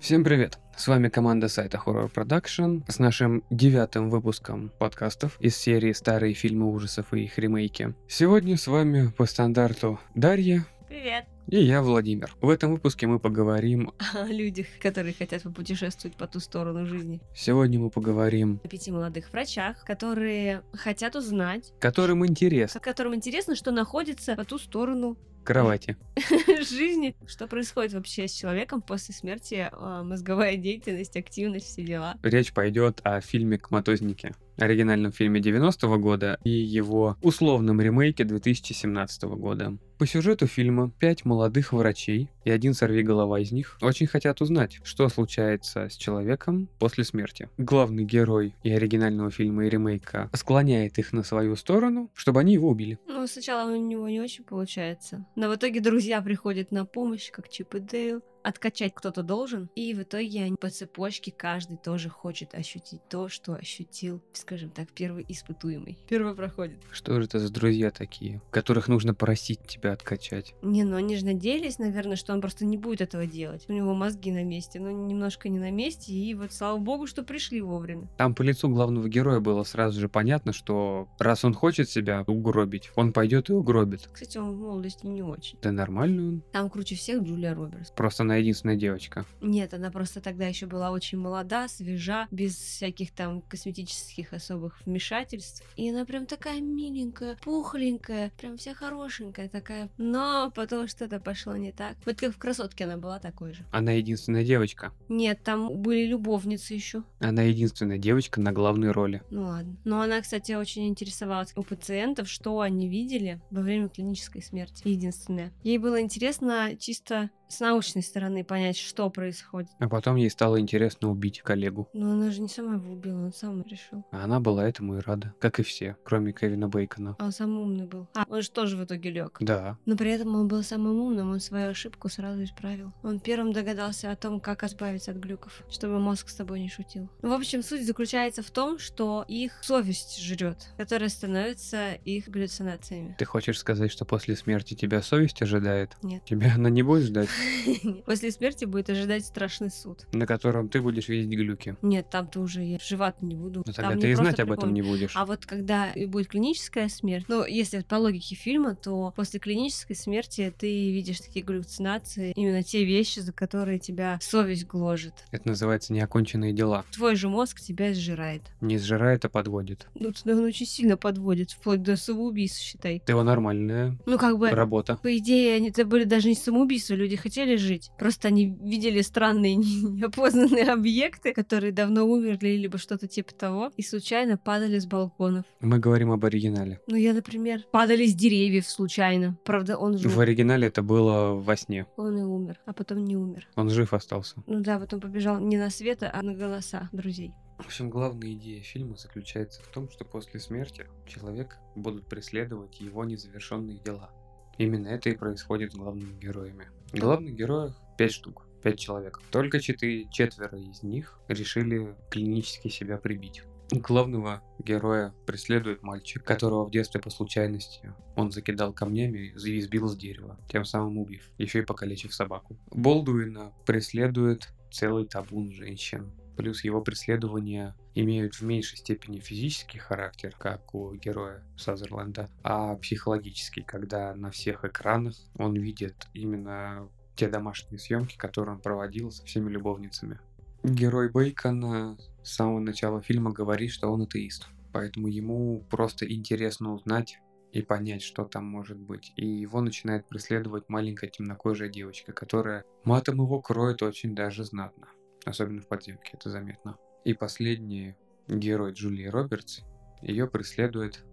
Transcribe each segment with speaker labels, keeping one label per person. Speaker 1: Всем привет! С вами команда сайта Horror Production с нашим девятым выпуском подкастов из серии «Старые фильмы ужасов и их ремейки». Сегодня с вами по стандарту Дарья
Speaker 2: Привет.
Speaker 1: и я, Владимир. В этом выпуске мы поговорим...
Speaker 2: О людях, которые хотят попутешествовать по ту сторону жизни.
Speaker 1: Сегодня мы поговорим...
Speaker 2: О пяти молодых врачах, которые хотят узнать,
Speaker 1: Которым интерес
Speaker 2: к- которым интересно, что находится по ту сторону
Speaker 1: кровати.
Speaker 2: жизни, что происходит вообще с человеком после смерти, а, мозговая деятельность, активность, все дела.
Speaker 1: Речь пойдет о фильме «Коматозники», оригинальном фильме 90-го года и его условном ремейке 2017 года. По сюжету фильма пять молодых врачей и один сорвиголова из них очень хотят узнать, что случается с человеком после смерти. Главный герой и оригинального фильма и ремейка склоняет их на свою сторону, чтобы они его убили.
Speaker 2: Ну, сначала у него не очень получается, но в итоге друзья приходят на помощь, как Чип и Дейл. Откачать кто-то должен, и в итоге они по цепочке каждый тоже хочет ощутить то, что ощутил, скажем так, первый испытуемый. Первый проходит.
Speaker 1: Что же это за друзья такие, которых нужно просить тебя откачать?
Speaker 2: Не, ну они же надеялись, наверное, что он просто не будет этого делать. У него мозги на месте, но немножко не на месте, и вот слава богу, что пришли вовремя.
Speaker 1: Там по лицу главного героя было сразу же понятно, что раз он хочет себя угробить, он пойдет и угробит.
Speaker 2: Кстати, он в молодости не очень.
Speaker 1: Да нормально он.
Speaker 2: Там круче всех Джулия Робертс.
Speaker 1: Просто она единственная девочка.
Speaker 2: Нет, она просто тогда еще была очень молода, свежа, без всяких там косметических особых вмешательств. И она прям такая миленькая, пухленькая, прям вся хорошенькая такая. Но потом что-то пошло не так. Вот как в красотке она была такой же.
Speaker 1: Она единственная девочка.
Speaker 2: Нет, там были любовницы еще.
Speaker 1: Она единственная девочка на главной роли.
Speaker 2: Ну ладно. Но она, кстати, очень интересовалась у пациентов, что они видели во время клинической смерти. Единственное. Ей было интересно чисто с научной стороны понять, что происходит.
Speaker 1: А потом ей стало интересно убить коллегу.
Speaker 2: Но она же не сама его убила, он сам решил.
Speaker 1: А она была этому и рада. Как и все, кроме Кевина Бейкона.
Speaker 2: А он сам умный был. А, он же тоже в итоге лег.
Speaker 1: Да.
Speaker 2: Но при этом он был самым умным, он свою ошибку сразу исправил. Он первым догадался о том, как избавиться от глюков, чтобы мозг с тобой не шутил. В общем, суть заключается в том, что их совесть жрет, которая становится их галлюцинациями.
Speaker 1: Ты хочешь сказать, что после смерти тебя совесть ожидает?
Speaker 2: Нет.
Speaker 1: Тебя она не будет ждать,
Speaker 2: После смерти будет ожидать страшный суд.
Speaker 1: на котором ты будешь видеть глюки.
Speaker 2: Нет, там-то уже я жевать не буду.
Speaker 1: Но Ну,
Speaker 2: Там
Speaker 1: тогда
Speaker 2: мне
Speaker 1: ты и
Speaker 2: просто
Speaker 1: знать об этом
Speaker 2: припомнят.
Speaker 1: не будешь.
Speaker 2: А вот когда и будет клиническая смерть, ну, если по логике фильма, то после клинической смерти ты видишь такие галлюцинации, именно те вещи, за которые тебя совесть гложет.
Speaker 1: Это называется неоконченные дела.
Speaker 2: Твой же мозг тебя сжирает.
Speaker 1: Не сжирает, а подводит.
Speaker 2: Ну, туда он очень сильно подводит, вплоть до самоубийств, считай.
Speaker 1: Ты его нормальная
Speaker 2: Ну, как бы...
Speaker 1: работа.
Speaker 2: По идее, они это были даже не самоубийства, люди хотели жить. Просто они видели странные не- неопознанные объекты, которые давно умерли, либо что-то типа того, и случайно падали с балконов.
Speaker 1: Мы говорим об оригинале.
Speaker 2: Ну, я, например, падали с деревьев случайно. Правда, он жил.
Speaker 1: В оригинале это было во сне.
Speaker 2: Он и умер, а потом не умер.
Speaker 1: Он жив остался.
Speaker 2: Ну да, потом побежал не на света, а на голоса друзей.
Speaker 1: В общем, главная идея фильма заключается в том, что после смерти человек будут преследовать его незавершенные дела. Именно это и происходит с главными героями. Главных героев пять штук, пять человек. Только четы- четверо из них решили клинически себя прибить. Главного героя преследует мальчик, которого в детстве по случайности он закидал камнями и сбил с дерева, тем самым убив, еще и покалечив собаку. Болдуина преследует целый табун женщин. Плюс его преследования имеют в меньшей степени физический характер, как у героя Сазерленда, а психологический, когда на всех экранах он видит именно те домашние съемки, которые он проводил со всеми любовницами. Герой Бейкона с самого начала фильма говорит, что он атеист. Поэтому ему просто интересно узнать и понять, что там может быть. И его начинает преследовать маленькая темнокожая девочка, которая матом его кроет очень даже знатно. Особенно в подземке, это заметно. И последний герой Джулии Робертс, ее преследует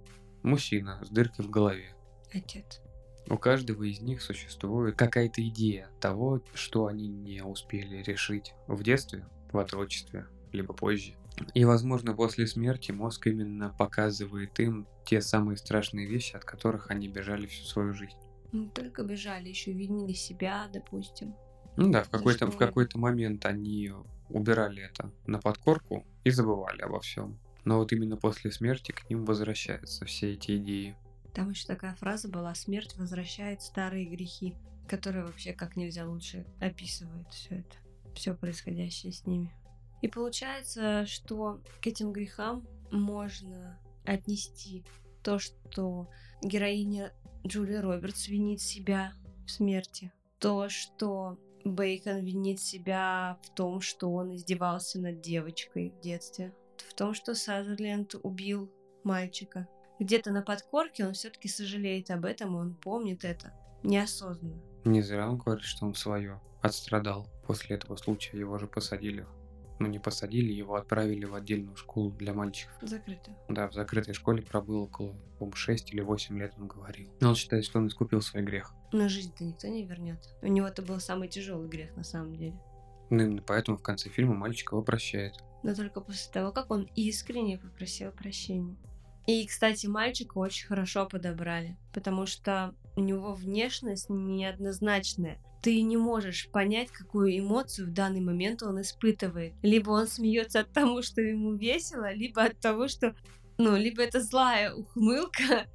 Speaker 1: мужчина с дыркой в голове.
Speaker 2: Отец.
Speaker 1: У каждого из них существует какая-то идея того, что они не успели решить в детстве, в отрочестве, либо позже. И, возможно, после смерти мозг именно показывает им те самые страшные вещи, от которых они бежали всю свою жизнь.
Speaker 2: Не только бежали, еще видели себя, допустим.
Speaker 1: Ну да, в
Speaker 2: За
Speaker 1: какой-то, в
Speaker 2: что?
Speaker 1: какой-то момент они убирали это на подкорку и забывали обо всем. Но вот именно после смерти к ним возвращаются все эти идеи.
Speaker 2: Там еще такая фраза была «Смерть возвращает старые грехи», которая вообще как нельзя лучше описывает все это. все происходящее с ними. И получается, что к этим грехам можно отнести то, что героиня Джулия Робертс винит себя в смерти, то, что Бейкон винит себя в том, что он издевался над девочкой в детстве, в том, что Сазерленд убил мальчика. Где-то на подкорке он все-таки сожалеет об этом, и он помнит это неосознанно.
Speaker 1: Не зря он говорит, что он свое отстрадал. После этого случая его же посадили. Ну, не посадили, его отправили в отдельную школу для мальчиков.
Speaker 2: Закрыто.
Speaker 1: Да, в закрытой школе пробыл около, по 6 или 8 лет, он говорил. Но он считает, что он искупил свой грех.
Speaker 2: Но жизнь-то никто не вернет. У него это был самый тяжелый грех на самом деле.
Speaker 1: Ну, именно поэтому в конце фильма мальчик его прощает.
Speaker 2: Но только после того, как он искренне попросил прощения. И, кстати, мальчика очень хорошо подобрали, потому что у него внешность неоднозначная. Ты не можешь понять, какую эмоцию в данный момент он испытывает. Либо он смеется от того, что ему весело, либо от того, что... Ну, либо это злая ухмылка,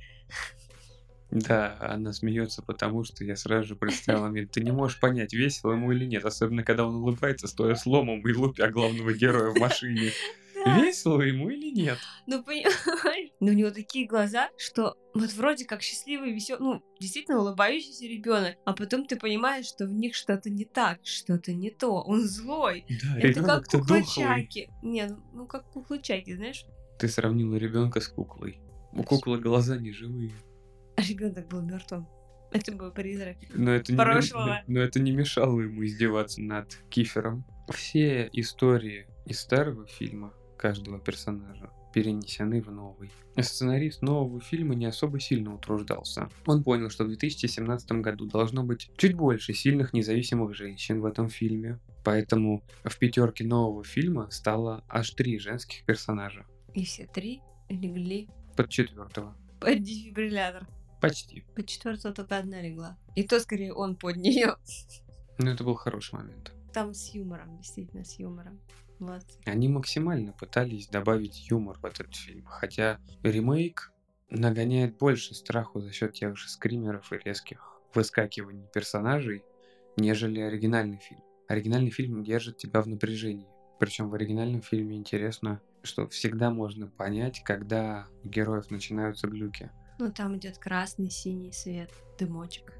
Speaker 1: Да, она смеется, потому что я сразу же представил момент. Ты не можешь понять, весело ему или нет, особенно когда он улыбается, стоя с ломом и лупя главного героя в машине.
Speaker 2: Да.
Speaker 1: Весело ему или нет?
Speaker 2: Ну, понимаешь? Ну, у него такие глаза, что вот вроде как счастливый, веселый, ну, действительно улыбающийся ребенок, а потом ты понимаешь, что в них что-то не так, что-то не то, он злой.
Speaker 1: Да,
Speaker 2: Это как
Speaker 1: ребенок-то дохлый.
Speaker 2: куклачаки. Не, ну, ну как куклачаки, знаешь?
Speaker 1: Ты сравнила ребенка с куклой. У куклы глаза не живые.
Speaker 2: А ребенок был мертвым. Это был призрак.
Speaker 1: Но это, не,
Speaker 2: Прошлого.
Speaker 1: но это не мешало ему издеваться над Кифером. Все истории из старого фильма каждого персонажа перенесены в новый. Сценарист нового фильма не особо сильно утруждался. Он понял, что в 2017 году должно быть чуть больше сильных независимых женщин в этом фильме. Поэтому в пятерке нового фильма стало аж три женских персонажа.
Speaker 2: И все три легли
Speaker 1: Под четвертого.
Speaker 2: под дефибриллятор.
Speaker 1: Почти.
Speaker 2: Под четвертого только одна легла. И то, скорее, он под нее.
Speaker 1: Но это был хороший момент.
Speaker 2: Там с юмором, действительно, с юмором. Молодцы.
Speaker 1: Они максимально пытались добавить юмор в этот фильм, хотя ремейк нагоняет больше страху за счет тех же скримеров и резких выскакиваний персонажей, нежели оригинальный фильм. Оригинальный фильм держит тебя в напряжении. Причем в оригинальном фильме интересно, что всегда можно понять, когда у героев начинаются глюки.
Speaker 2: Ну, там идет красный, синий свет, дымочек.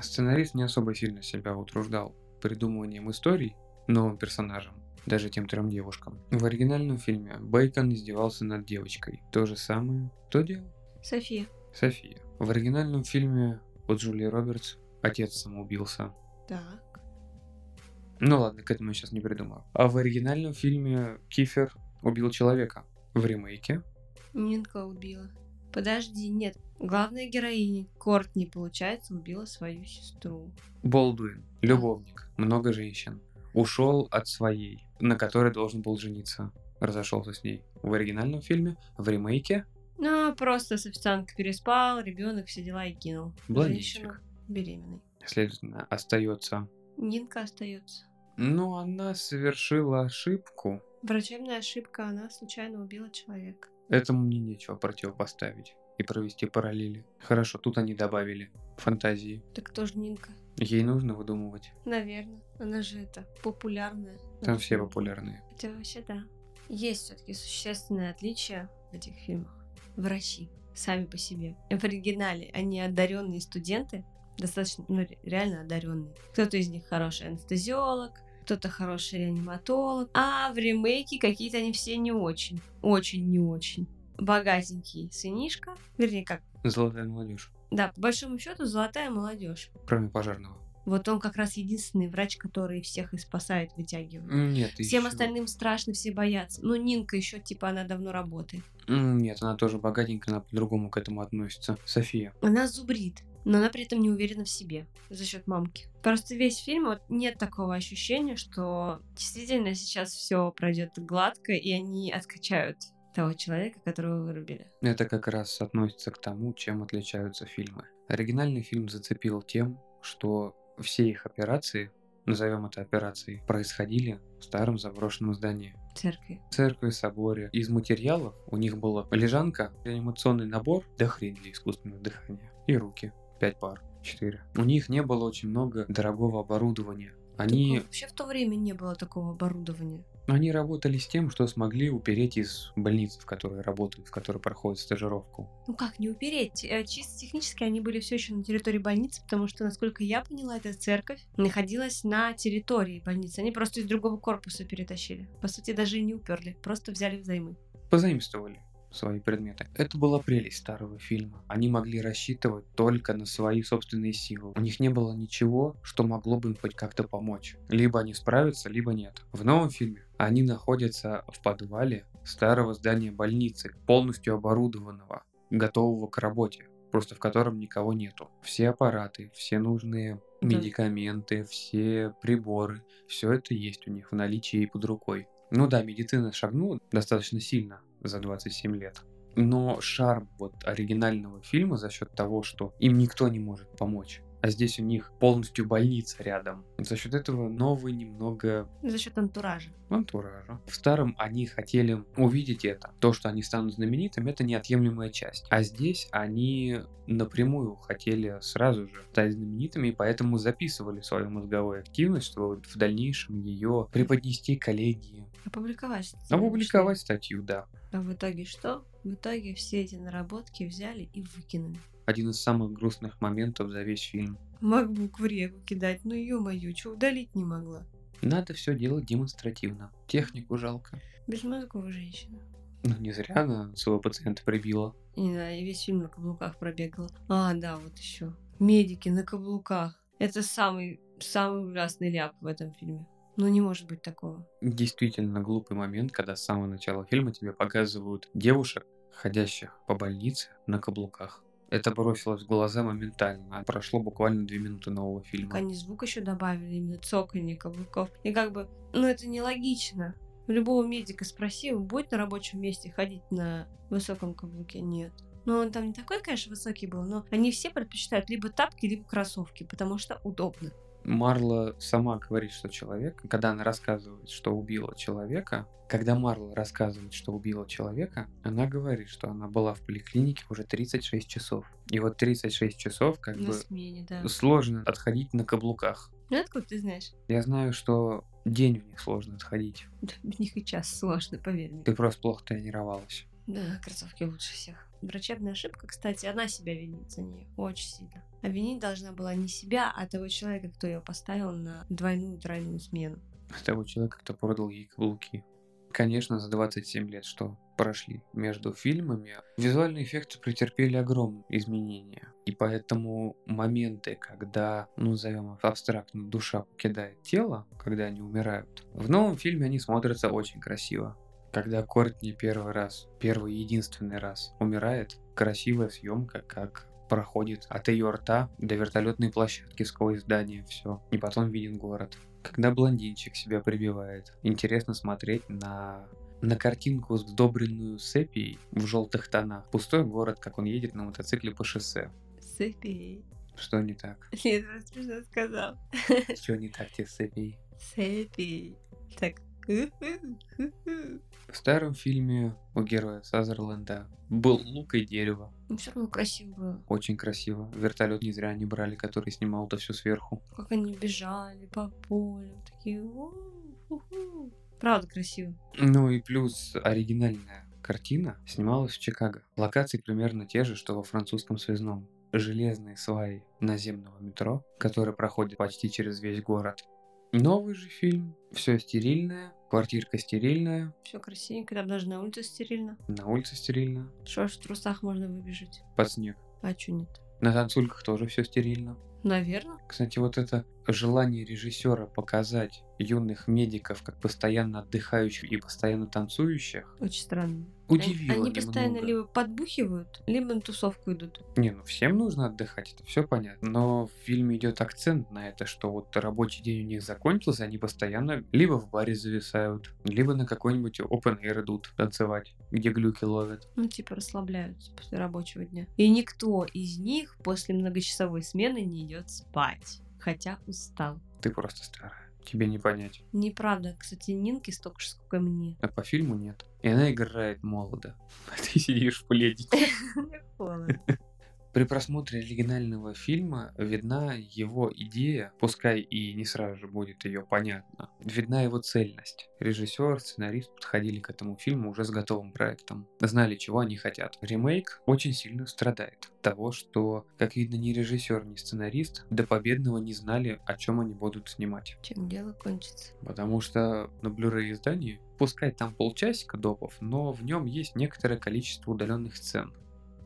Speaker 1: Сценарист не особо сильно себя утруждал придумыванием историй новым персонажам, даже тем трем девушкам. В оригинальном фильме Бейкон издевался над девочкой. То же самое. Кто делал?
Speaker 2: София.
Speaker 1: София. В оригинальном фильме у Джулии Робертс отец самоубился.
Speaker 2: Так.
Speaker 1: Ну ладно, к этому я сейчас не придумал. А в оригинальном фильме Кифер убил человека. В ремейке
Speaker 2: Минка убила. Подожди, нет. Главная героиня Кортни, получается, убила свою сестру.
Speaker 1: Болдуин, любовник, много женщин, ушел от своей, на которой должен был жениться. Разошелся с ней. В оригинальном фильме, в ремейке
Speaker 2: Ну, просто с официанткой переспал, ребенок все дела и кинул.
Speaker 1: Блондинчик.
Speaker 2: Женщина беременной.
Speaker 1: следовательно, остается.
Speaker 2: Нинка остается.
Speaker 1: Но она совершила ошибку.
Speaker 2: Врачебная ошибка, она случайно убила человека.
Speaker 1: Этому мне нечего противопоставить и провести параллели. Хорошо, тут они добавили фантазии.
Speaker 2: Так кто же Нинка?
Speaker 1: Ей нужно выдумывать.
Speaker 2: Наверное. Она же это, популярная.
Speaker 1: Там все популярные.
Speaker 2: Хотя вообще да. Есть все-таки существенное отличие в этих фильмах. Врачи сами по себе. В оригинале они одаренные студенты, достаточно, ну, ре- реально одаренные. Кто-то из них хороший анестезиолог, кто-то хороший реаниматолог, а в ремейке какие-то они все не очень, очень не очень. Богатенький сынишка, вернее как,
Speaker 1: Золотая молодежь,
Speaker 2: да, по большому счету золотая молодежь.
Speaker 1: кроме пожарного.
Speaker 2: Вот он как раз единственный врач, который всех и спасает, вытягивает.
Speaker 1: Нет, и
Speaker 2: Всем
Speaker 1: ещё-
Speaker 2: остальным страшно, все боятся. Ну, Нинка еще, типа, она давно работает.
Speaker 1: М, Нет, она тоже богатенькая, она по-другому к этому относится. София.
Speaker 2: Она зубрит, но она при этом не уверена в себе за счет мамки. Просто весь фильм вот нет такого ощущения, что действительно сейчас все пройдет гладко, и они откачают того человека, которого вырубили.
Speaker 1: Это как раз относится к тому, чем отличаются фильмы. Оригинальный фильм зацепил тем, что все их операции, назовем это операцией, происходили в старом заброшенном здании.
Speaker 2: В церкви.
Speaker 1: церкви, соборе. Из материалов у них была лежанка, реанимационный набор, да хрень для искусственного дыхания, и руки, пять пар, четыре. У них не было очень много дорогого оборудования. Они,
Speaker 2: Такого Вообще в то время не было такого оборудования.
Speaker 1: они работали с тем, что смогли упереть из больницы, в которой работают, в которой проходят стажировку.
Speaker 2: Ну как не упереть? Э, Чисто технически они были все еще на территории больницы, потому что, насколько я поняла, эта церковь находилась на территории больницы. Они просто из другого корпуса перетащили. По сути, даже и не уперли, просто взяли взаймы.
Speaker 1: позаимствовали свои предметы. Это была прелесть старого фильма. Они могли рассчитывать только на свои собственные силы. У них не было ничего, что могло бы им хоть как-то помочь. Либо они справятся, либо нет. В новом фильме они находятся в подвале старого здания больницы, полностью оборудованного, готового к работе, просто в котором никого нету. Все аппараты, все нужные
Speaker 2: Да.
Speaker 1: медикаменты, все приборы, все это есть у них в наличии и под рукой. Ну да, медицина шагнула достаточно сильно за 27 лет. Но шарм вот оригинального фильма за счет того, что им никто не может помочь. А здесь у них полностью больница рядом. За счет этого новый немного
Speaker 2: За счет антуража.
Speaker 1: антуража. В старом они хотели увидеть это. То, что они станут знаменитым, это неотъемлемая часть. А здесь они напрямую хотели сразу же стать знаменитыми, и поэтому записывали свою мозговую активность, чтобы в дальнейшем ее преподнести коллегии.
Speaker 2: Опубликовать.
Speaker 1: Опубликовать статью, да.
Speaker 2: А в итоге что? В итоге все эти наработки взяли и выкинули.
Speaker 1: Один из самых грустных моментов за весь фильм.
Speaker 2: Макбук в реку кидать, ну ё-моё, что удалить не могла.
Speaker 1: Надо все делать демонстративно. Технику жалко.
Speaker 2: Безмозговая женщина.
Speaker 1: Ну, не зря она своего пациента прибила.
Speaker 2: Не знаю, я весь фильм на каблуках пробегала. А, да, вот еще. Медики на каблуках. Это самый, самый ужасный ляп в этом фильме. Ну, не может быть такого.
Speaker 1: Действительно глупый момент, когда с самого начала фильма тебе показывают девушек, ходящих по больнице на каблуках. Это бросилось в глаза моментально. а Прошло буквально две минуты нового
Speaker 2: Так
Speaker 1: фильма.
Speaker 2: они звук еще добавили, именно цоканье каблуков. И как бы, ну, это нелогично. У любого медика спроси, он будет на рабочем месте ходить на высоком каблуке? Нет. Ну, он там не такой, конечно, высокий был, но они все предпочитают либо тапки, либо кроссовки, потому что удобно.
Speaker 1: Марла сама говорит, что человек, когда она рассказывает, что убила человека, когда Марла рассказывает, что убила человека, она говорит, что она была в поликлинике уже 36 часов. И вот 36 часов как
Speaker 2: На
Speaker 1: бы
Speaker 2: смене, Ну, да.
Speaker 1: сложно отходить на каблуках.
Speaker 2: Ну, откуда ты знаешь?
Speaker 1: Я знаю, что день в них сложно отходить.
Speaker 2: В них и час сложно, поверь мне.
Speaker 1: Ты просто плохо тренировалась.
Speaker 2: Да, кроссовки лучше всех. Врачебная ошибка, кстати, она себя винит за нее очень сильно. А винить должна была не себя, а того человека, кто ее поставил на двойную-тройную смену.
Speaker 1: Того человека, кто продал ей каблуки. Конечно, за 27 лет, что прошли между фильмами, визуальные эффекты претерпели огромные изменения. И поэтому моменты, когда, ну, назовем их абстрактно, душа покидает тело, когда они умирают, в новом фильме они смотрятся очень красиво. Когда Кортни первый раз, первый и единственный раз умирает, красивая съемка, как проходит от ее рта до вертолетной площадки сквозь здание все. И потом виден город. Когда блондинчик себя прибивает, интересно смотреть на на картинку, сдобренную сепией в желтых тонах. Пустой город, как он едет на мотоцикле по шоссе.
Speaker 2: Сэпи.
Speaker 1: Что не так?
Speaker 2: Нет, просто смешно сказал.
Speaker 1: Что не так те сепии?
Speaker 2: Сэпи. Так.
Speaker 1: В старом фильме у героя Сазерленда был лук и дерево.
Speaker 2: Ну, все равно красиво было.
Speaker 1: Очень красиво. Вертолет не зря они брали, который снимал да все сверху.
Speaker 2: Как они бежали по полю. Такие. «У, ху-ху». Правда красиво.
Speaker 1: Ну и плюс оригинальная картина снималась в Чикаго. Локации примерно те же, что во французском связном. Железные сваи наземного метро, которые проходят почти через весь город. Новый же фильм. Все стерильное. Квартирка стерильная.
Speaker 2: Все красивенько. Там даже на улице стерильно.
Speaker 1: На улице стерильно.
Speaker 2: Что ж в трусах можно выбежать?
Speaker 1: Под снег.
Speaker 2: А чё нет?
Speaker 1: На танцульках тоже все стерильно.
Speaker 2: Наверное.
Speaker 1: Кстати, вот это желание режиссера показать юных медиков как постоянно отдыхающих и постоянно танцующих
Speaker 2: Очень странно.
Speaker 1: удивило
Speaker 2: Они, они постоянно
Speaker 1: немного.
Speaker 2: либо подбухивают, либо на тусовку идут.
Speaker 1: Не, ну всем нужно отдыхать, это все понятно. Но в фильме идет акцент на это, что вот рабочий день у них закончился, они постоянно либо в баре зависают, либо на какой-нибудь open air идут танцевать, где глюки ловят.
Speaker 2: Ну, типа, расслабляются после рабочего дня. И никто из них после многочасовой смены не идет спать. Хотя устал.
Speaker 1: Ты просто старая, тебе не понять.
Speaker 2: Неправда, кстати, Нинке столько же, сколько мне.
Speaker 1: А по фильму нет. И она играет молодо. А ты сидишь в пледе.
Speaker 2: Мне холодно.
Speaker 1: При просмотре оригинального фильма видна его идея, пускай и не сразу же будет ее понятно, видна его цельность. Режиссер, сценарист подходили к этому фильму уже с готовым проектом, знали, чего они хотят. Ремейк очень сильно страдает от того, что, как видно, ни режиссер, ни сценарист до победного не знали, о чем они будут снимать.
Speaker 2: Чем дело кончится?
Speaker 1: Потому что на Blu-ray издании, пускай там полчасика допов, но в нем есть некоторое количество удаленных сцен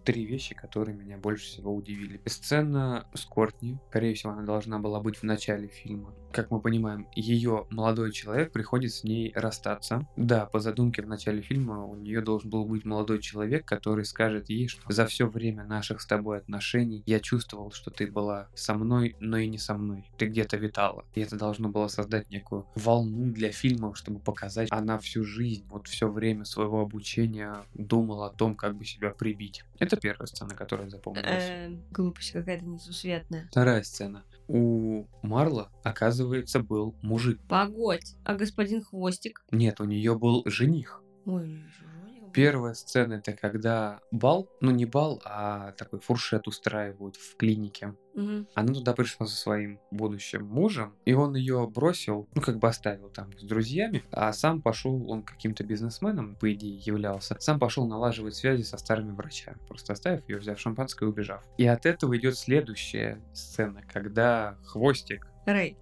Speaker 1: три вещи, которые меня больше всего удивили. Сцена с Кортни, скорее всего, она должна была быть в начале фильма. Как мы понимаем, ее молодой человек приходит с ней расстаться. Да, по задумке в начале фильма у нее должен был быть молодой человек, который скажет ей, что за все время наших с тобой отношений я чувствовал, что ты была со мной, но и не со мной. Ты где-то витала. И это должно было создать некую волну для фильмов, чтобы показать, она всю жизнь, вот все время своего обучения думала о том, как бы себя прибить. Это это первая сцена, которая запомнилась.
Speaker 2: Э, глупость какая-то несусветная.
Speaker 1: Вторая сцена. У Марла, оказывается, был мужик.
Speaker 2: Погодь, а господин Хвостик?
Speaker 1: Нет, у нее был жених.
Speaker 2: Ой, у неё же был.
Speaker 1: Первая сцена это когда бал, ну не бал, а такой фуршет устраивают в клинике.
Speaker 2: Мгм.
Speaker 1: Она туда пришла со своим будущим мужем, и он ее бросил, ну как бы оставил там с друзьями, а сам пошел, он каким-то бизнесменом, по идее, являлся, сам пошел налаживать связи со старыми врачами, просто оставив ее, взяв шампанское и убежав. И от этого идет следующая сцена, когда хвостик
Speaker 2: Рэй,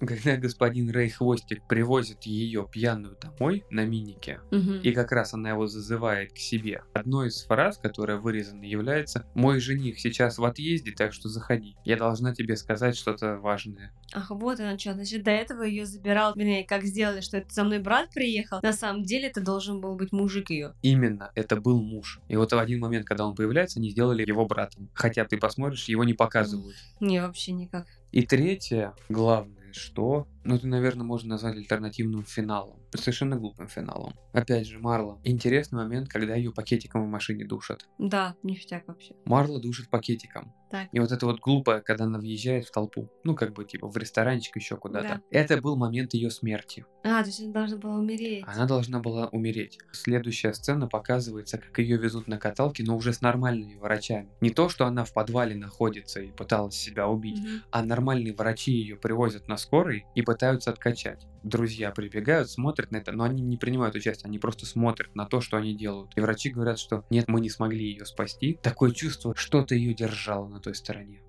Speaker 1: когда господин Рэй Хвостик привозит ее пьяную домой на минике,
Speaker 2: Мгм.
Speaker 1: и как раз она его зазывает к себе. Одной из фраз, которая вырезана, является «Мой жених сейчас в отъезде, так что заходи. Я должна тебе сказать что-то важное».
Speaker 2: Ах, вот она что. Значит, до этого ее забирал, вернее, как сделали, что это со мной брат приехал. На самом деле это должен был быть мужик ее.
Speaker 1: Именно, это был муж. И вот в один момент, когда он появляется, они сделали его братом. Хотя ты посмотришь, его не показывают.
Speaker 2: Не, вообще никак.
Speaker 1: И третье, главное, что, ну это, наверное, можно назвать альтернативным финалом. Совершенно глупым финалом. Опять же, Марла. Интересный момент, когда ее пакетиком в машине душат.
Speaker 2: Да, ништяк вообще.
Speaker 1: Марла душит пакетиком.
Speaker 2: Так.
Speaker 1: И вот это вот глупое, когда она въезжает в толпу. Ну, как бы, типа, в ресторанчик еще куда-то.
Speaker 2: Да.
Speaker 1: Это был момент ее смерти.
Speaker 2: А, то есть она должна была умереть.
Speaker 1: Она должна была умереть. Следующая сцена показывается, как ее везут на каталке, но уже с нормальными врачами. Не то, что она в подвале находится и пыталась себя убить,
Speaker 2: Мгм.
Speaker 1: а нормальные врачи ее привозят на скорой и пытаются откачать. Друзья прибегают, смотрят на это, но они не принимают участие, они просто смотрят на то, что они делают. И врачи говорят, что нет, мы не смогли ее спасти. Такое чувство, что-то ее держало на той стороне.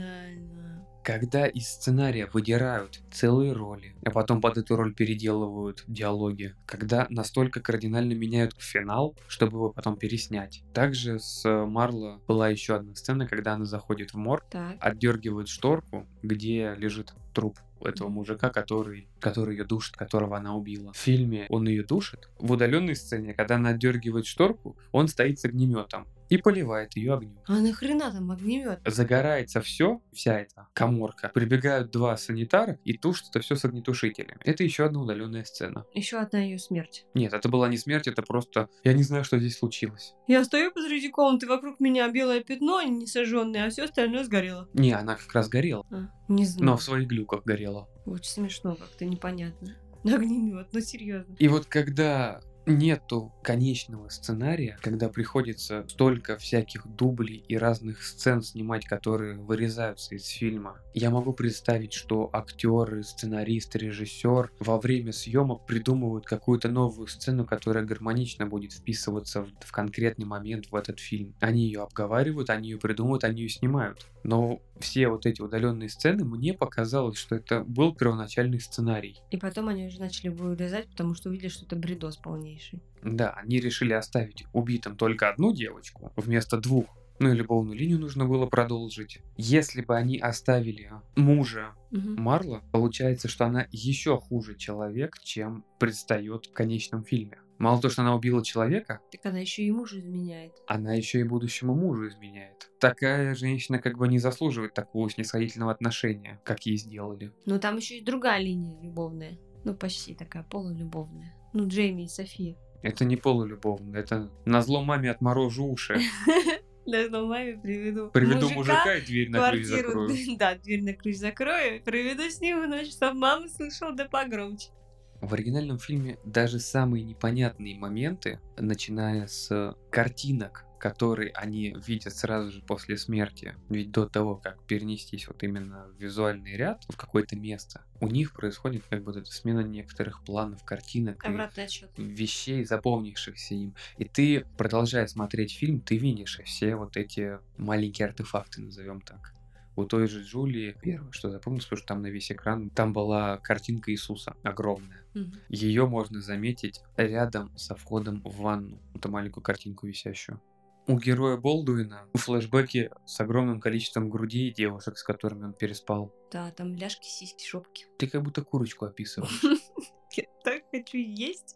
Speaker 2: Банально.
Speaker 1: Когда из сценария выдирают целые роли, а потом под эту роль переделывают диалоги, когда настолько кардинально меняют финал, чтобы его потом переснять. Также с э, Марло была еще одна сцена, когда она заходит в морг,
Speaker 2: Так.
Speaker 1: отдергивает шторку, где лежит труп этого мужика, который, который ее душит, которого она убила. В фильме он ее душит. В удаленной сцене, когда она отдергивает шторку, он стоит с огнеметом и поливает ее огнем.
Speaker 2: А нахрена там огнемет?
Speaker 1: Загорается все, вся эта коморка. Прибегают два санитара и тушат это все с огнетушителями. Это еще одна удаленная сцена.
Speaker 2: Еще одна ее смерть.
Speaker 1: Нет, это была не смерть, это просто... Я не знаю, что здесь случилось.
Speaker 2: Я стою посреди комнаты, вокруг меня белое пятно, не сожженное, а все остальное сгорело.
Speaker 1: Не, она как раз горела.
Speaker 2: А, не знаю.
Speaker 1: Но в своих глюках горела.
Speaker 2: Очень смешно как-то, непонятно. Огнемет, ну серьезно.
Speaker 1: И вот когда нету конечного сценария, когда приходится столько всяких дублей и разных сцен снимать, которые вырезаются из фильма, я могу представить, что актеры, сценарист, режиссер во время съемок придумывают какую-то новую сцену, которая гармонично будет вписываться в, в конкретный момент в этот фильм. Они ее обговаривают, они ее придумывают, они ее снимают. Но все вот эти удаленные сцены, мне показалось, что это был первоначальный сценарий.
Speaker 2: И потом они уже начали вырезать, потому что увидели, что это бредос полнейший.
Speaker 1: Да, они решили оставить убитым только одну девочку вместо двух. Ну и любовную линию нужно было продолжить. Если бы они оставили мужа
Speaker 2: Мгм.
Speaker 1: Марла, получается, что она еще хуже человек, чем предстает в конечном фильме. Мало то, что она убила человека,
Speaker 2: Так она еще и мужа изменяет.
Speaker 1: она еще и будущему мужу изменяет. Такая женщина как бы не заслуживает такого снисходительного отношения, как ей сделали.
Speaker 2: Но там еще и другая линия любовная. Ну, почти такая полулюбовная. Ну, Джейми и София.
Speaker 1: Это не полулюбовно, это назло маме отморожу уши.
Speaker 2: Да, но маме приведу
Speaker 1: Приведу мужика и дверь на ключ
Speaker 2: квартиру,
Speaker 1: закрою.
Speaker 2: да, дверь на ключ закрою, проведу с ним ночь, чтобы мама слышала да погромче.
Speaker 1: В оригинальном фильме даже самые непонятные моменты, начиная с картинок, который они видят сразу же после смерти, ведь до того, как перенестись вот именно в визуальный ряд, в какое-то место, у них происходит как бы вот эта смена некоторых планов, картинок. и-
Speaker 2: Обратный отчет.
Speaker 1: вещей, запомнившихся им. И ты, продолжая смотреть фильм, ты видишь все вот эти маленькие артефакты, назовем так. У той же Джулии первое, что запомнилось, потому что там на весь экран, там была картинка Иисуса огромная.
Speaker 2: Мгм.
Speaker 1: Ее можно заметить рядом со входом в ванну. Вот эту маленькую картинку висящую. У героя Болдуина флешбеки с огромным количеством грудей девушек, с которыми он переспал.
Speaker 2: Да, там ляжки, сиськи, шопки.
Speaker 1: Ты как будто курочку описываешь.
Speaker 2: Я так хочу есть.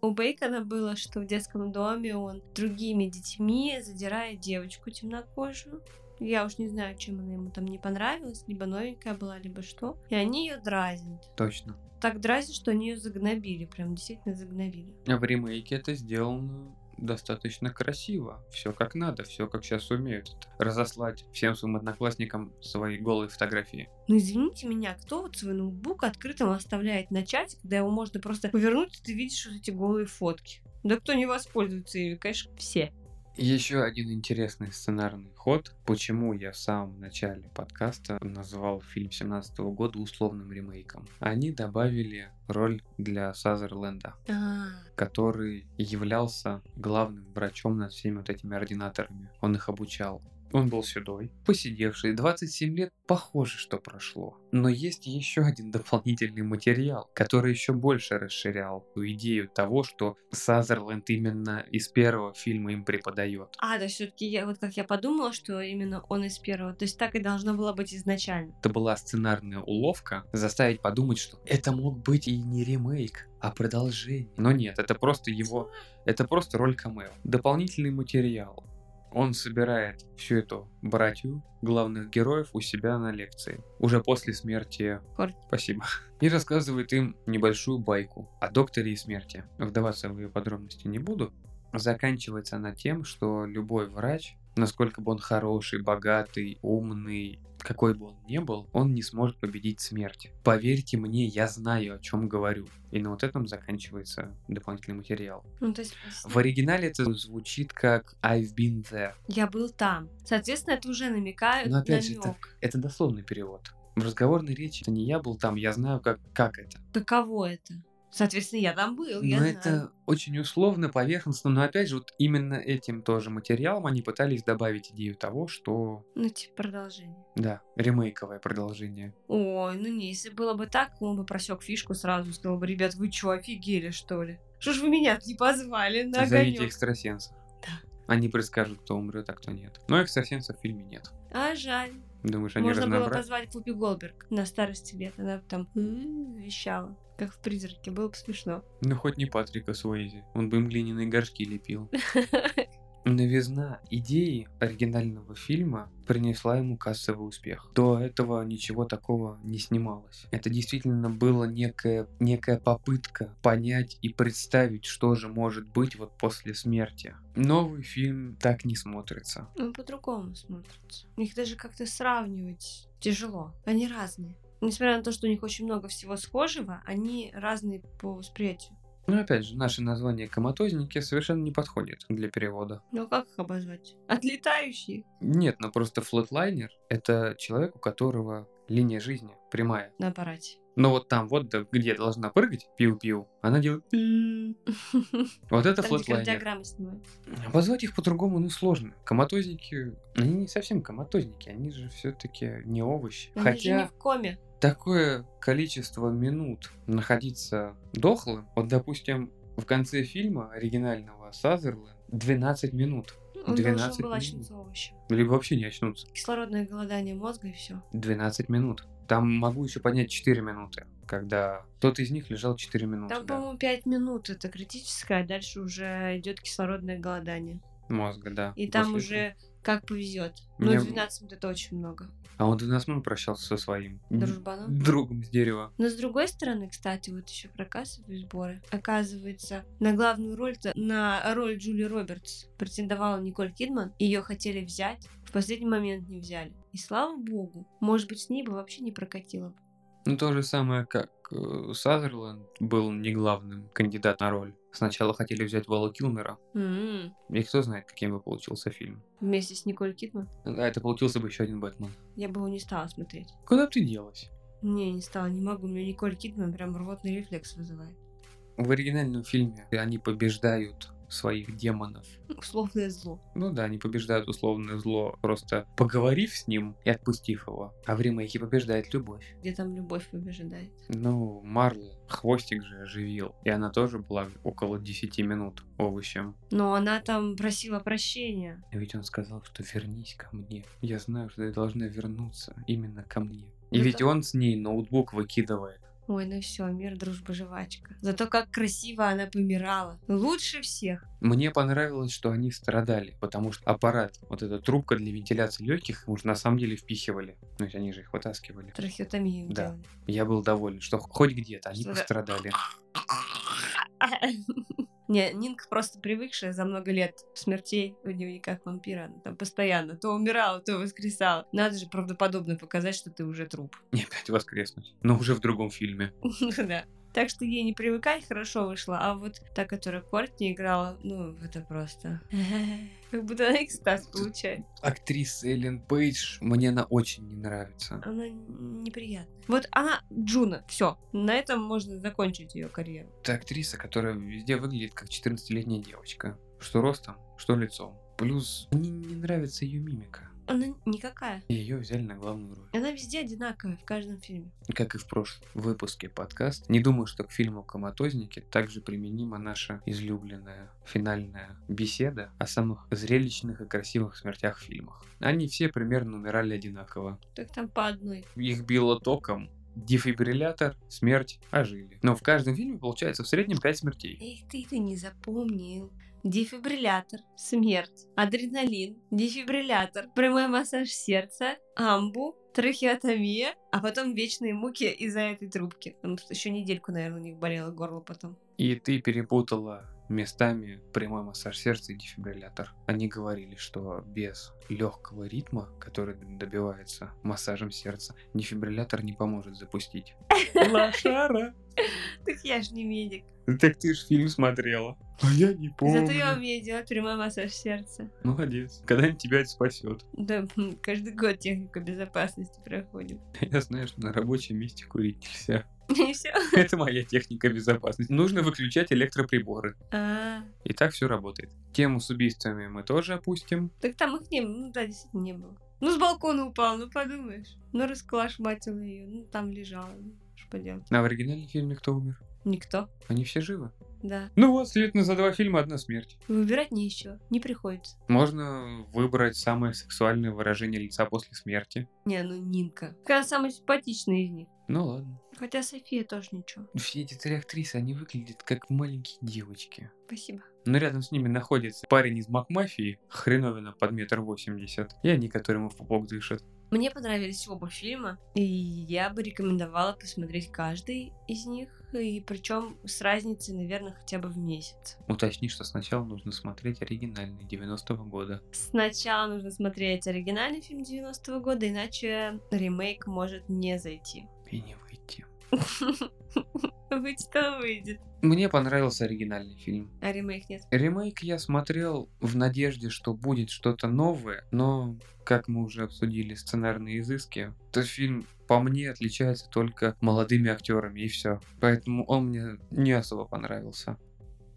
Speaker 2: У Бейкона было, что в детском доме он другими детьми задирает девочку темнокожую. Я уж не знаю, чем она ему там не понравилась, либо новенькая была, либо что. И они ее дразнят.
Speaker 1: Точно.
Speaker 2: Так дразнят, что они ее загнобили, прям действительно загнобили.
Speaker 1: А в ремейке это сделано достаточно красиво. Все как надо, все как сейчас умеют. Разослать всем своим одноклассникам свои голые фотографии.
Speaker 2: Ну извините меня, кто вот свой ноутбук открытым оставляет на чате, когда его можно просто повернуть, и ты видишь вот эти голые фотки. Да кто не воспользуется ими, конечно, все.
Speaker 1: Еще один интересный сценарный ход. Почему я в самом начале подкаста назвал фильм 17 года условным ремейком? Они добавили роль для Сазерленда,
Speaker 2: А.
Speaker 1: который являлся главным врачом над всеми вот этими ординаторами. Он их обучал. Он был седой, посидевший, 27 лет, похоже, что прошло. Но есть еще один дополнительный материал, который еще больше расширял ту идею того, что Сазерленд именно из первого фильма им преподает.
Speaker 2: А, да, все-таки я вот как я подумала, что именно он из первого. То есть так и должно было быть изначально.
Speaker 1: Это была сценарная уловка заставить подумать, что это мог быть и не ремейк, а продолжение. Но нет, это просто его Это просто роль камео. Дополнительный материал. Он собирает всю эту братью главных героев у себя на лекции. Уже после смерти...
Speaker 2: Кор-
Speaker 1: Спасибо. И рассказывает им небольшую байку о докторе и смерти. Вдаваться в ее подробности не буду. Заканчивается она тем, что любой врач, насколько бы он хороший, богатый, умный, какой бы он ни был, он не сможет победить смерть. Поверьте мне, я знаю, о чем говорю. И на вот этом заканчивается дополнительный материал.
Speaker 2: Ну, то есть
Speaker 1: В оригинале это звучит как I've been there.
Speaker 2: я был там. Соответственно, это уже намекает
Speaker 1: Но
Speaker 2: на
Speaker 1: Ну, опять же, это,
Speaker 2: намёк.
Speaker 1: это дословный перевод. В разговорной речи это не я был там, я знаю, как, как это.
Speaker 2: Каково это? Соответственно, я там был, Ну, я
Speaker 1: Но
Speaker 2: знаю.
Speaker 1: Ну, это очень условно, поверхностно, но опять же, вот именно этим тоже материалом они пытались добавить идею того, что,
Speaker 2: Ну, типа продолжение.
Speaker 1: да, ремейковое продолжение.
Speaker 2: Ой, ну не, если было бы так, он бы просек фишку сразу, сказал бы, ребят, вы чё, офигели, что ли? Что ж вы меня не позвали на
Speaker 1: Зовите
Speaker 2: огонек?
Speaker 1: экстрасенсов.
Speaker 2: Да.
Speaker 1: Они предскажут, кто умрет, а кто нет. Но экстрасенсов в фильме нет.
Speaker 2: А жаль.
Speaker 1: Думаешь, они
Speaker 2: Можно было
Speaker 1: разнообразны?
Speaker 2: позвать Фупи Голберг на старости лет. Она бы там «М-м-м» вещала, как в «Призраке». Было бы смешно.
Speaker 1: Ну, хоть не Патрика Суэйзи. Он бы им глиняные горшки лепил. Новизна идеи оригинального фильма принесла ему кассовый успех. До этого ничего такого не снималось. Это действительно была некая, некая попытка понять и представить, что же может быть вот после смерти. Новый фильм так не смотрится.
Speaker 2: Он Ну, по-другому смотрится. Их даже как-то сравнивать тяжело. Они разные. Несмотря на то, что у них очень много всего схожего, они разные по восприятию.
Speaker 1: Но опять же, наше название «Коматозники» совершенно не подходит для перевода.
Speaker 2: Ну как их обозвать? Отлетающие.
Speaker 1: Нет, но просто флотлайнер — это человек, у которого линия жизни прямая.
Speaker 2: На аппарате.
Speaker 1: Но вот там, вот да, где должна прыгать, пиу-пиу, она делает пи. Вот это
Speaker 2: Там где
Speaker 1: флотлайнер.
Speaker 2: кардиограммы снимают.
Speaker 1: Позвать их по-другому, ну, сложно. Коматозники, они не совсем коматозники, они же все-таки не овощи.
Speaker 2: Они же не
Speaker 1: Хотя
Speaker 2: в коме.
Speaker 1: такое количество минут находиться дохлым, вот, допустим, в конце фильма оригинального Сазерленд 12 минут.
Speaker 2: Он
Speaker 1: 12
Speaker 2: должен был
Speaker 1: минут.
Speaker 2: очнуться овощем.
Speaker 1: Либо вообще не очнутся.
Speaker 2: Кислородное голодание мозга и все.
Speaker 1: 12 минут. Там могу еще поднять 4 минуты, когда кто-то из них лежал 4 минуты.
Speaker 2: Там,
Speaker 1: да.
Speaker 2: по-моему, 5 минут это критическое, а дальше уже идет кислородное голодание.
Speaker 1: Мозга, да.
Speaker 2: И там
Speaker 1: после этого.
Speaker 2: уже как повезет. Ну,
Speaker 1: Мне-
Speaker 2: 12 минут это очень много.
Speaker 1: А он 12 минут прощался со своим
Speaker 2: Дружбаном.
Speaker 1: другом с дерева.
Speaker 2: Но с другой стороны, кстати, вот еще про кассовые сборы. Оказывается, на главную роль-то, на роль Джули Робертс претендовала Николь Кидман. Ее хотели взять, в последний момент не взяли. И слава богу, может быть, с ней бы вообще не прокатило. бы.
Speaker 1: Ну, то же самое, как э, Сазерленд был не главным кандидатом на роль. Сначала хотели взять Вала Килмера,
Speaker 2: М,
Speaker 1: и кто знает, каким бы получился фильм.
Speaker 2: М-м, Вместе с Николь Кидман.
Speaker 1: Да, это получился бы еще один Бэтмен.
Speaker 2: Я бы его не стала смотреть.
Speaker 1: Куда б ты делась?
Speaker 2: Не, не стала, не могу. У меня Николь Кидман прям рвотный рефлекс вызывает.
Speaker 1: В оригинальном фильме они побеждают своих демонов.
Speaker 2: Условное зло.
Speaker 1: Ну да, они побеждают условное зло, просто поговорив с ним и отпустив его. А в ремейке побеждает любовь.
Speaker 2: Где там любовь побеждает.
Speaker 1: Ну, Марла хвостик же оживил. И она тоже была около 10 минут овощем.
Speaker 2: Но она там просила прощения.
Speaker 1: И ведь он сказал, что вернись ко мне. Я знаю, что ты должна вернуться именно ко мне. И
Speaker 2: Ну
Speaker 1: ведь
Speaker 2: да.
Speaker 1: он с ней ноутбук выкидывает.
Speaker 2: Ой, ну все, мир, дружба, жвачка. Зато как красиво она помирала. Лучше всех.
Speaker 1: Мне понравилось, что они страдали, потому что аппарат, вот эта трубка для вентиляции легких, может, на самом деле впихивали. Ну, ведь они же их вытаскивали.
Speaker 2: Трахеотомию им
Speaker 1: Да.
Speaker 2: делали.
Speaker 1: Я был доволен, что хоть где-то они
Speaker 2: Что-то-
Speaker 1: пострадали.
Speaker 2: Не, Нинка просто привыкшая за много лет смертей в дневниках вампира. Она там постоянно то умирала, то воскресала. Надо же правдоподобно показать, что ты уже труп.
Speaker 1: И опять воскреснуть. Но уже в другом фильме.
Speaker 2: Ну да. Так что ей не привыкай, хорошо вышла. А вот та, которая Кортни играла, ну, это просто... Как будто она экстаз получает.
Speaker 1: Актриса Эллен Пейдж, мне она очень не нравится.
Speaker 2: Она неприятная. Вот она Джуна. Все. На этом можно закончить ее карьеру.
Speaker 1: Это актриса, которая везде выглядит как 14-летняя девочка. Что ростом, что лицом. Плюс мне не нравится ее мимика.
Speaker 2: Она никакая.
Speaker 1: И Ее взяли на главную роль.
Speaker 2: Она везде одинаковая в каждом фильме.
Speaker 1: Как и в прошлом выпуске подкаста, не думаю, что к фильму «Коматозники» также применима наша излюбленная финальная беседа о самых зрелищных и красивых смертях в фильмах. Они все примерно умирали одинаково.
Speaker 2: Так там по одной.
Speaker 1: Их било током, дефибриллятор, смерть, ожили. Но в каждом фильме получается в среднем 5 смертей.
Speaker 2: Эх, ты это не запомнил. Дефибриллятор, смерть, адреналин, дефибриллятор, прямой массаж сердца, амбу, трахеотомия, а потом вечные муки из-за этой трубки. Ну, Там еще недельку, наверное, у них болело горло потом.
Speaker 1: И ты перепутала местами прямой массаж сердца и дефибриллятор. Они говорили, что без легкого ритма, который добивается массажем сердца, дефибриллятор не поможет запустить. Лошара!
Speaker 2: Так я ж не медик.
Speaker 1: Так ты ж фильм смотрела. А я не
Speaker 2: Зато я умею делать прямой массаж сердца.
Speaker 1: Молодец. Когда-нибудь тебя это спасет.
Speaker 2: Да, каждый год технику безопасности проходит.
Speaker 1: Я знаю, что на рабочем месте курить нельзя.
Speaker 2: И все.
Speaker 1: Это моя техника безопасности. Нужно выключать электроприборы.
Speaker 2: А,
Speaker 1: И так все работает. Тему с убийствами мы тоже опустим.
Speaker 2: так там их не было. Ну да, действительно не было. Ну с балкона упал, ну подумаешь. Ну расколошматила ее, ну там лежала. Ну, что поделать.
Speaker 1: А в оригинальном фильме кто умер?
Speaker 2: Никто. в
Speaker 1: Они все живы.
Speaker 2: Да.
Speaker 1: Ну вот, следовательно, за два фильма одна смерть.
Speaker 2: Выбирать не еще. Не приходится.
Speaker 1: Можно выбрать самое сексуальное выражение лица после смерти.
Speaker 2: Не, ну Нинка. Она самая симпатичная из них.
Speaker 1: Ну ладно.
Speaker 2: Хотя София тоже ничего.
Speaker 1: Все эти три актрисы, они выглядят как маленькие девочки.
Speaker 2: Спасибо.
Speaker 1: Но рядом с ними находится парень из Макмафии, хреновина под метр восемьдесят, и они, которому в пупок дышат.
Speaker 2: Мне понравились оба фильма, и я бы рекомендовала посмотреть каждый из них, и причем с разницей, наверное, хотя бы в месяц.
Speaker 1: Уточни, что сначала нужно смотреть оригинальный 90-го года.
Speaker 2: Сначала нужно смотреть оригинальный фильм 90-го года, иначе ремейк может не зайти.
Speaker 1: И не выйти.
Speaker 2: Быть что выйдет.
Speaker 1: Мне понравился оригинальный фильм.
Speaker 2: А ремейк нет.
Speaker 1: Ремейк я смотрел в надежде, что будет что-то новое, но, как мы уже обсудили сценарные изыски, этот фильм по мне отличается только молодыми актерами и все. Поэтому он мне не особо понравился.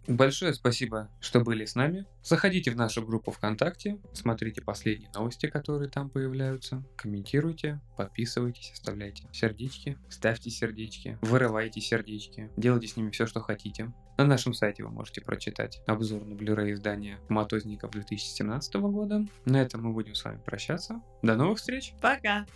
Speaker 1: Большое спасибо, что были с нами. Заходите в нашу группу ВКонтакте, смотрите последние новости, которые там появляются, комментируйте, подписывайтесь, оставляйте сердечки, ставьте сердечки, вырывайте сердечки, делайте с ними все, что хотите. На нашем сайте вы можете прочитать обзор на Blu-ray издания «Матозников» 2017 года. На этом мы будем с вами прощаться. До новых встреч!
Speaker 2: Пока.